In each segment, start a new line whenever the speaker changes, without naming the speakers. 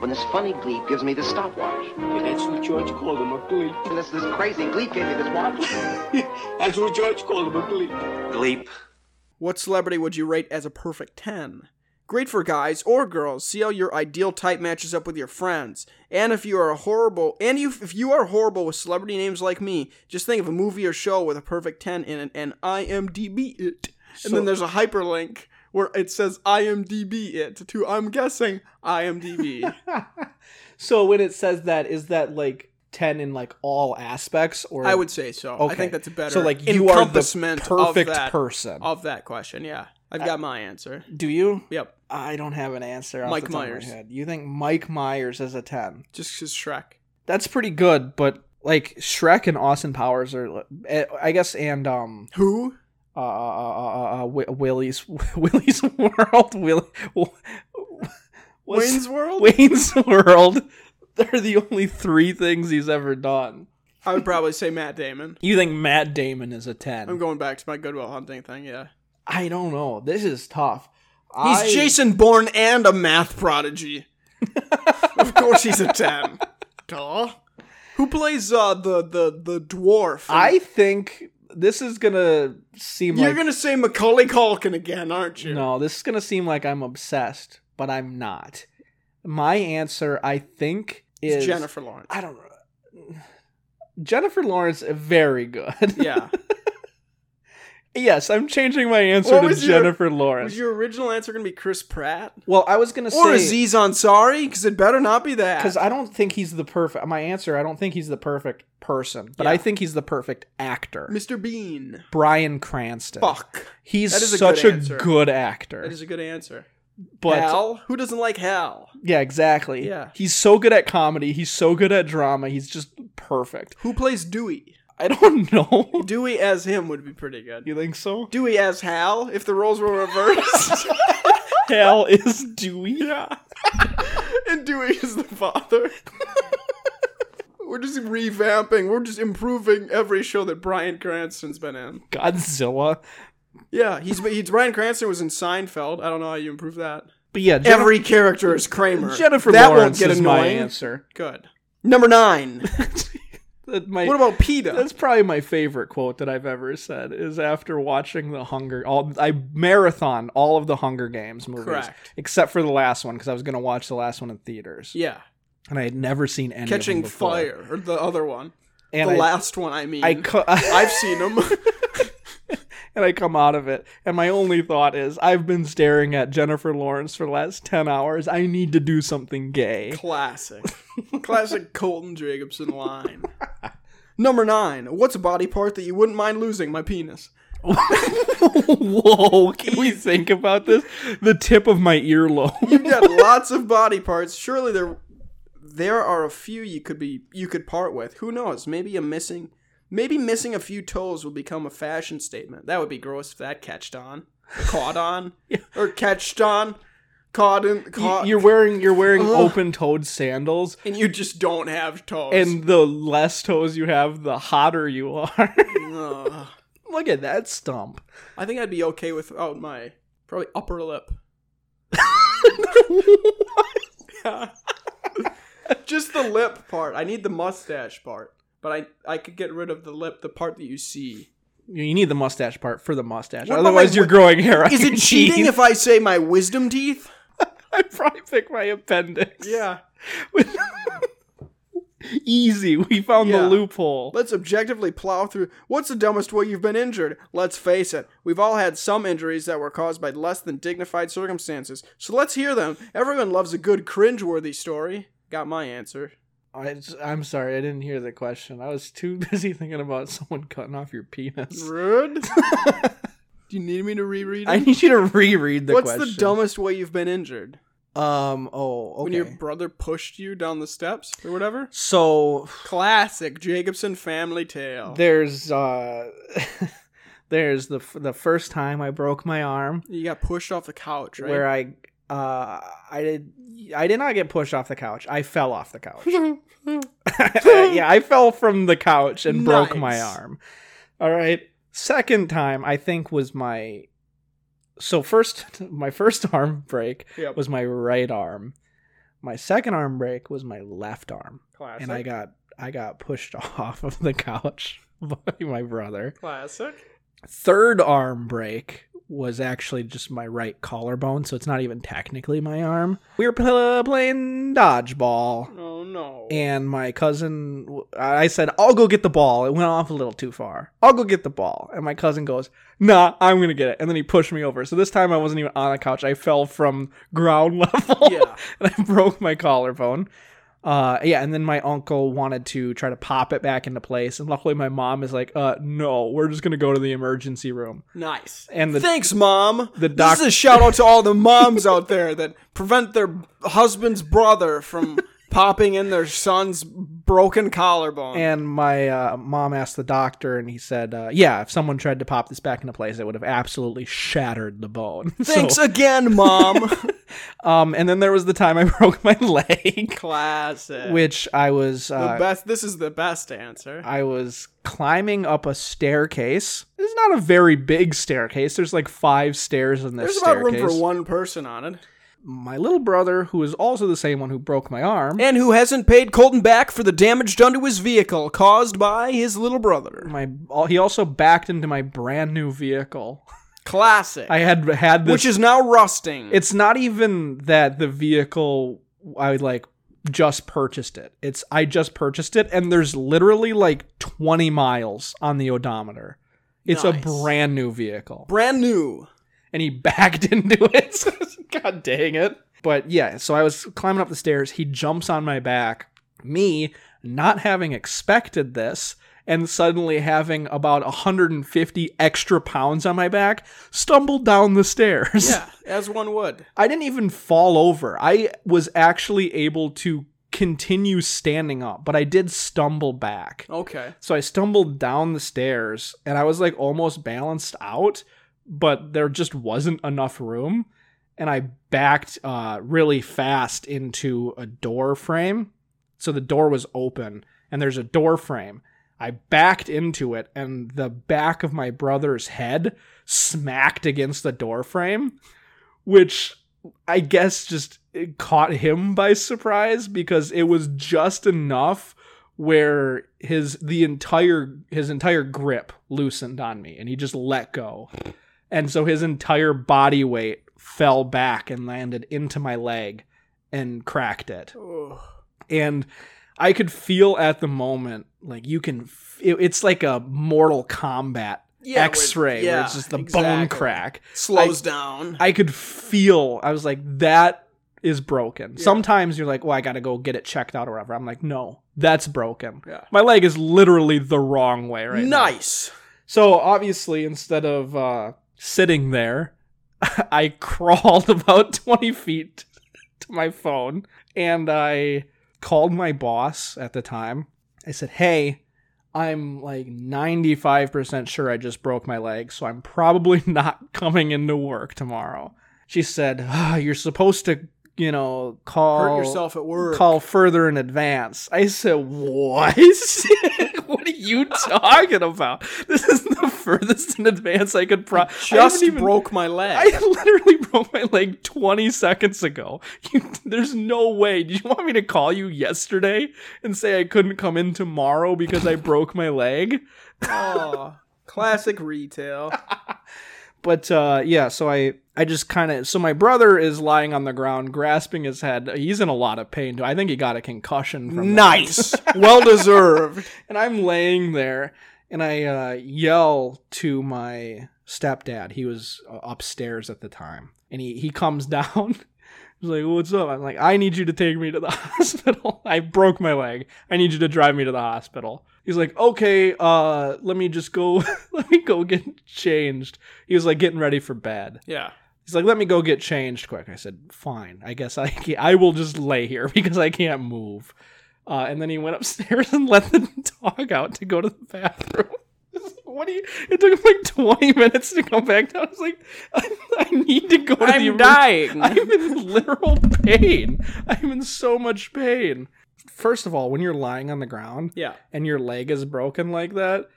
when this funny gleep gives me this stopwatch.
Yeah, that's what George called him, a gleep.
And this, this crazy gleep gave me this watch.
that's what George called him, a gleep.
Gleep.
What celebrity would you rate as a perfect 10? Great for guys or girls. See how your ideal type matches up with your friends. And if you are horrible, and you, if you are horrible with celebrity names like me, just think of a movie or show with a perfect 10 in it and IMDb it. and
So-
then there's a hyperlink where it says IMDb it to, I'm guessing, IMDb.
So when it says that, is that like ten in like all aspects, or
I would say so. I
Okay.
think that's a better
So like you are the
encompassment
perfect Uh,
of that,
person.
of that question. Yeah, I've got my answer.
Do you?
Yep,
I don't have an answer. Off
Mike
the top
Myers.
Of my head. You think Mike Myers is a ten?
just as Shrek.
That's pretty good, but like Shrek and Austin Powers are, eh, I guess, and um,
Who?
uh, uh, uh, uh, uh Wi- Willy's Willy's World, Willy,
Wayne's World.
Wayne's World. They're the only three things he's ever done.
I would probably say Matt Damon.
You think Matt Damon is a ten?
I'm going back to my Goodwill Hunting thing. Yeah,
I don't know. This is tough.
he's
I-
Jason Bourne and a math prodigy. of course, he's a ten. Duh. Who plays uh, the the the dwarf?
I think this is gonna seem
You're
like
gonna say Macaulay Culkin again, aren't you?
no. This is gonna seem like I'm obsessed, but I'm not. My answer, I think,
it's
is
Jennifer Lawrence.
I don't know. Jennifer Lawrence, very good.
yeah.
yes, I'm changing my answer
What
to
was your-
Jennifer Lawrence.
Was your original answer gonna be Chris Pratt?
well, I was gonna
Or
say
Aziz Ansari? Because it better not be that.
because I don't think he's the perfect. My answer, I don't think he's the perfect person, but
Yeah.
I think he's the perfect actor.
Mr. Bean.
Brian Cranston.
Fuck.
He's
That is a
such
good
a
answer.
good actor.
That is a good answer.
but
Hal? Who doesn't like Hal?
yeah, exactly.
Yeah.
He's so good at comedy. He's so good at drama. He's just perfect.
Who plays Dewey?
I don't know.
Dewey as him would be pretty good.
You think so?
Dewey as Hal, if the roles were reversed.
Hal is Dewey.
and Dewey is the father. we're just revamping. We're just improving every show that Brian Cranston's been in.
Godzilla.
Yeah, he's, he's Brian Cranston was in Seinfeld. I don't know how you improve that.
But yeah, Jennifer,
Every character is Kramer.
Jennifer
that won't
Lawrence
get
is
annoying.
my answer.
Good. Number nine.
That my-
What about PETA?
that's probably my favorite quote that I've ever said is after watching the Hunger all I marathon all of the Hunger Games movies
Correct.
except for the last one because I was going to watch the last one in theaters
yeah.
and I had never seen any of them
Catching
before.
Fire, or the other one.
and
the
I,
last one, I mean.
I cu-
I've seen them.
and I come out of it, and my only thought is I've been staring at Jennifer Lawrence for the last ten hours. I need to do something gay.
Classic. Classic Colton Jacobson line. Number nine. What's a body part that you wouldn't mind losing? My penis.
Whoa! Can we think about this? The tip of my earlobe.
You've got lots of body parts. Surely there there are a few you could be you could part with. Who knows? Maybe a missing maybe missing a few toes will become a fashion statement. That would be gross if that catched on. Caught on. Or catched on. Caught in caught
You're wearing you're wearing
Ugh.
open-toed sandals,
and you just don't have toes.
and the less toes you have, the hotter you are.
Ugh.
Look at that stump.
I think I'd be okay without my probably upper lip. Just the lip part. I need the mustache part. But I I could get rid of the lip, the part that you see.
you need the mustache part for the mustache.
What about
Otherwise,
my-
you're growing hair. on
Is
your
it cheating
teeth.
if I say my wisdom teeth?
I probably pick my appendix?
Yeah.
Easy. We found
Yeah.
the loophole.
Let's objectively plow through. What's the dumbest way you've been injured? Let's face it, we've all had some injuries that were caused by less than dignified circumstances. So let's hear them. Everyone loves a good cringeworthy story. Got my answer.
I, am sorry, I didn't hear the question. I was too busy thinking about someone cutting off your penis.
Rude. Do you need me to reread it?
I need you to reread the
What's
question.
the dumbest way you've been injured?
Um. Oh. Okay.
When your brother pushed you down the steps or whatever?
So
Classic Jacobson family
Oh.
tale.
there's uh, there's the f- the first time I broke my arm
you got pushed off the couch, right?
where I uh I did I did not get pushed off the couch. I fell off the couch. yeah, I fell from the couch and broke my
Nice.
arm. All right. Second time I think was my so first my first arm break
Yep.
was my right arm. My second arm break was my left arm,
Classic.
and I got I got pushed off of the couch by my brother.
Classic.
Third arm break was actually just my right collarbone, so it's not even technically my arm. We were pl- playing dodgeball
Oh no.
and my cousin i said i'll go get the ball it went off a little too far i'll go get the ball and my cousin goes nah i'm gonna get it and then he pushed me over so this time i wasn't even on a couch i fell from ground level
yeah.
and i broke my collarbone uh yeah and then my uncle wanted to try to pop it back into place and luckily my mom is like uh no we're just gonna go to the emergency room
Nice.
and the
Thanks, mom.
the
this
doc-
is a shout out to all the moms out there that prevent their husband's brother from popping in their son's broken collarbone.
And my uh, mom asked the doctor, and he said, uh, "Yeah, if someone tried to pop this back into place, it would have absolutely shattered the bone." So,
Thanks again, mom.
um, and then there was the time I broke my leg,
Classic.
which I was
the
uh,
best. This is the best answer.
I was climbing up a staircase. It's not a very big staircase. There's like five stairs in this
There's about
staircase.
room for one person on it,
My little brother, who is also the same one who broke my arm,
and who hasn't paid Colton back for the damage done to his vehicle caused by his little brother.
my he also backed into my brand new vehicle.
Classic.
I had had this
which is now rusting.
it's not even that the vehicle I would like just purchased it. It's I just purchased it and there's literally like 20 miles on the odometer. It's
Nice.
a brand new vehicle.
brand new.
And he backed into it. God dang it. But yeah, so I was climbing up the stairs, he jumps on my back. Me not having expected this and suddenly having about 150 extra pounds on my back, stumbled down the stairs.
Yeah, as one would.
I didn't even fall over. I was actually able to continue standing up, but I did stumble back.
Okay.
So I stumbled down the stairs and I was like almost balanced out, but there just wasn't enough room. And I backed uh, really fast into a door frame. So the door was open and there's a door frame. I backed into it and the back of my brother's head smacked against the door frame, which I guess just it caught him by surprise because it was just enough where his the entire his entire grip loosened on me and he just let go and so his entire body weight fell back and landed into my leg and cracked it
Ugh.
and i could feel at the moment like you can f- it- it's like a mortal kombat
Yeah, where-
x-ray where
yeah,
it's just the
exactly.
bone crack
Slows down.
I could feel. I was like, that is broken.
Yeah.
Sometimes you're like, well, I gotta go get it checked out or whatever. I'm like, no, that's broken.
Yeah.
My leg is literally the wrong way right now.
nice.
So obviously, instead of uh, sitting there, I crawled about 20 feet to my phone and I called my boss at the time. I said, Hey, I'm like 95% sure I just broke my leg, so I'm probably not coming into work tomorrow. She said, "Ah, You're supposed to, you know, call
Hurt yourself at work.
call further in advance. I said, What? what are you talking about? This is the furthest in advance I could pro- I
Just
haven't even-
broke my leg.
I literally broke my leg 20 seconds ago. You, there's no way. Did you want me to call you yesterday and say I couldn't come in tomorrow because I broke my leg?
Aw, classic retail.
But uh, yeah, so I I just kind of so my brother is lying on the ground grasping his head. He's in a lot of pain. too. I think he got a concussion from that.
nice. well deserved.
and I'm laying there and I uh, yell to my stepdad. He was uh, upstairs at the time, and he he comes down. He's like, "What's up?" I'm like, "I need you to take me to the hospital. I broke my leg. I need you to drive me to the hospital." He's like, "Okay, uh, let me just go. let me go get changed." He was like getting ready for bed.
Yeah.
He's like, "Let me go get changed quick." I said, "Fine. I guess I can- I will just lay here because I can't move." Uh, and then he went upstairs and let the dog out to go to the bathroom. It's like, What do you? It took him like twenty minutes to come back down. I was like, I, I need to go to the.
I'm
emer-
dying.
I'm in literal pain. I'm in so much pain. First of all, when you're lying on the ground
yeah.
and your leg is broken like that,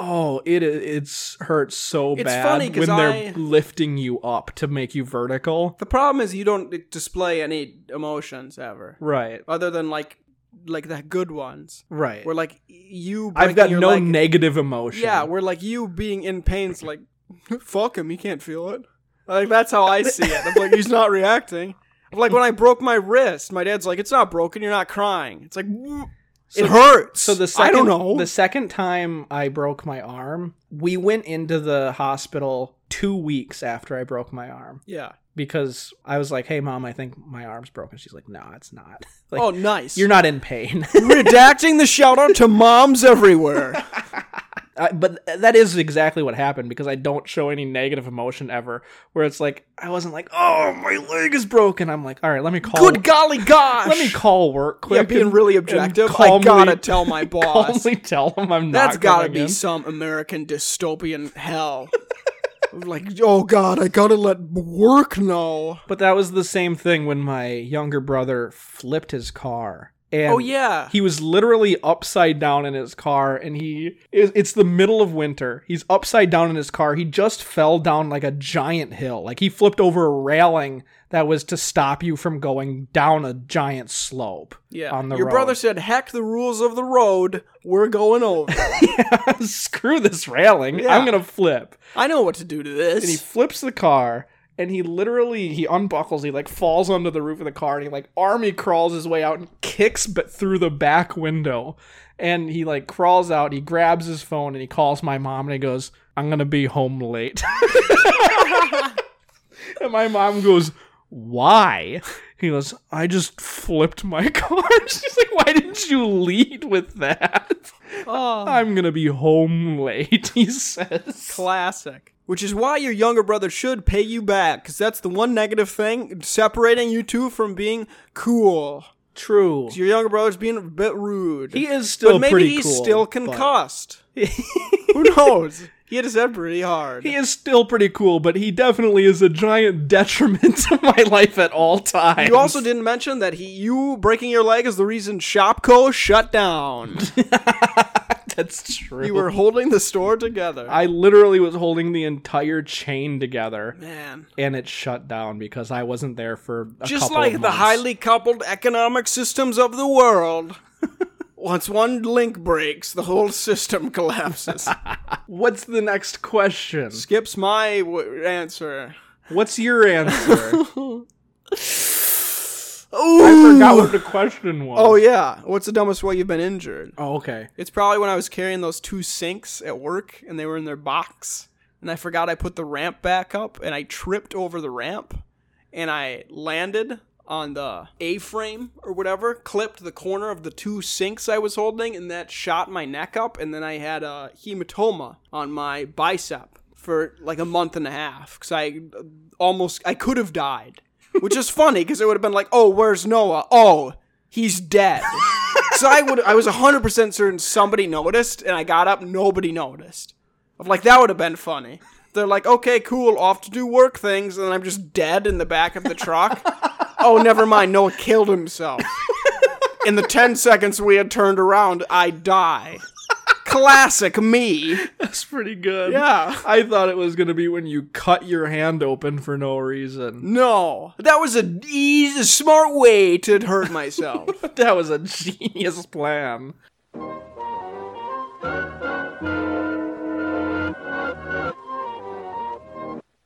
Oh, it it's hurts so
It's
bad
funny 'cause
when they're
I-
lifting you up to make you vertical.
The problem is you don't display any emotions ever,
Right.
other than like like the good ones.
Right.
Where like you, breaking
I've got
your
no
leg-
negative emotion.
Yeah, where like you being in pain's like, fuck him, he can't feel it. Like that's how I see it. I'm like, he's not reacting. Like when I broke my wrist, my dad's like, it's not broken, you're not crying. It's like,
So-
it hurts.
So the second,
I don't know.
The second time I broke my arm, we went into the hospital two weeks after I broke my arm
yeah.
because I was like, "Hey, mom, I think my arm's broken." She's like, "No, it's not. Like,
oh, nice.
you're not in pain."
redacting the shout out to moms everywhere.
I, but that is exactly what happened because I don't show any negative emotion ever. Where it's like I wasn't like, "Oh, my leg is broken." I'm like, "All right, let me call."
Good golly gosh.
let me call work quick.
Yeah, being
and-
really
and
objective. I gotta
calmly-
tell my boss.
calmly tell them I'm not.
That's gotta
coming
be
in.
some American dystopian hell. like, oh god, I gotta let work know.
But that was the same thing when my younger brother flipped his car. And
oh yeah.
He was literally upside down in his car and he it- it's the middle of winter. He's upside down in his car. He just fell down like a giant hill. Like he flipped over a railing that was to stop you from going down a giant slope.
yeah.
on the
Your
road.
brother said, heck the rules of the road, we're going over.
Screw this railing.
Yeah.
I'm going to flip.
I know what to do to this.
and he flips the car and he literally he unbuckles he like falls onto the roof of the car and he like army crawls his way out and kicks but through the back window and he like crawls out he grabs his phone and he calls my mom and he goes i'm gonna be home late and my mom goes why he goes i just flipped my car she's like why didn't you lead with that
Oh.
i'm gonna be home late he says
Classic. Which is why your younger brother should pay you back, because that's the one negative thing separating you two from being cool.
true
Your younger brother's being a bit rude.
He is still
but maybe
pretty
he's
cool,
still
but-
concussed. Who knows? He hit his head pretty hard.
He is still pretty cool, but he definitely is a giant detriment to my life at all times.
you also didn't mention that he, you breaking your leg is the reason Shopko shut down.
That's true.
you were holding the store together.
I literally was holding the entire chain together,
Man.
and it shut down because I wasn't there for a
Just
couple
like
of
the
months.
highly coupled economic systems of the world. Once one link breaks, the whole system collapses.
What's the next question?
Skips my w- answer.
What's your answer? I
Ooh.
forgot what the question was.
Oh yeah. What's the dumbest way you've been injured?
Oh, okay.
It's probably when I was carrying those two sinks at work and they were in their box and I forgot I put the ramp back up and I tripped over the ramp and I landed on the A frame or whatever, clipped the corner of the two sinks I was holding and that shot my neck up and then I had a hematoma on my bicep for like a month and a half cuz I uh, almost I could have died. Which is funny cuz it would have been like, "Oh, where's Noah? Oh, he's dead." So I would I was hundred percent certain somebody noticed, and I got up, nobody noticed. I'm like, that would have been funny. They're like, okay, cool, off to do work things, and I'm just dead in the back of the truck. oh, never mind, Noah killed himself. in the ten seconds we had turned around, I die. Classic me.
That's pretty good.
Yeah.
I thought it was going to be when you cut your hand open for no reason.
No, that was a easy, smart way to hurt myself.
That was a genius plan.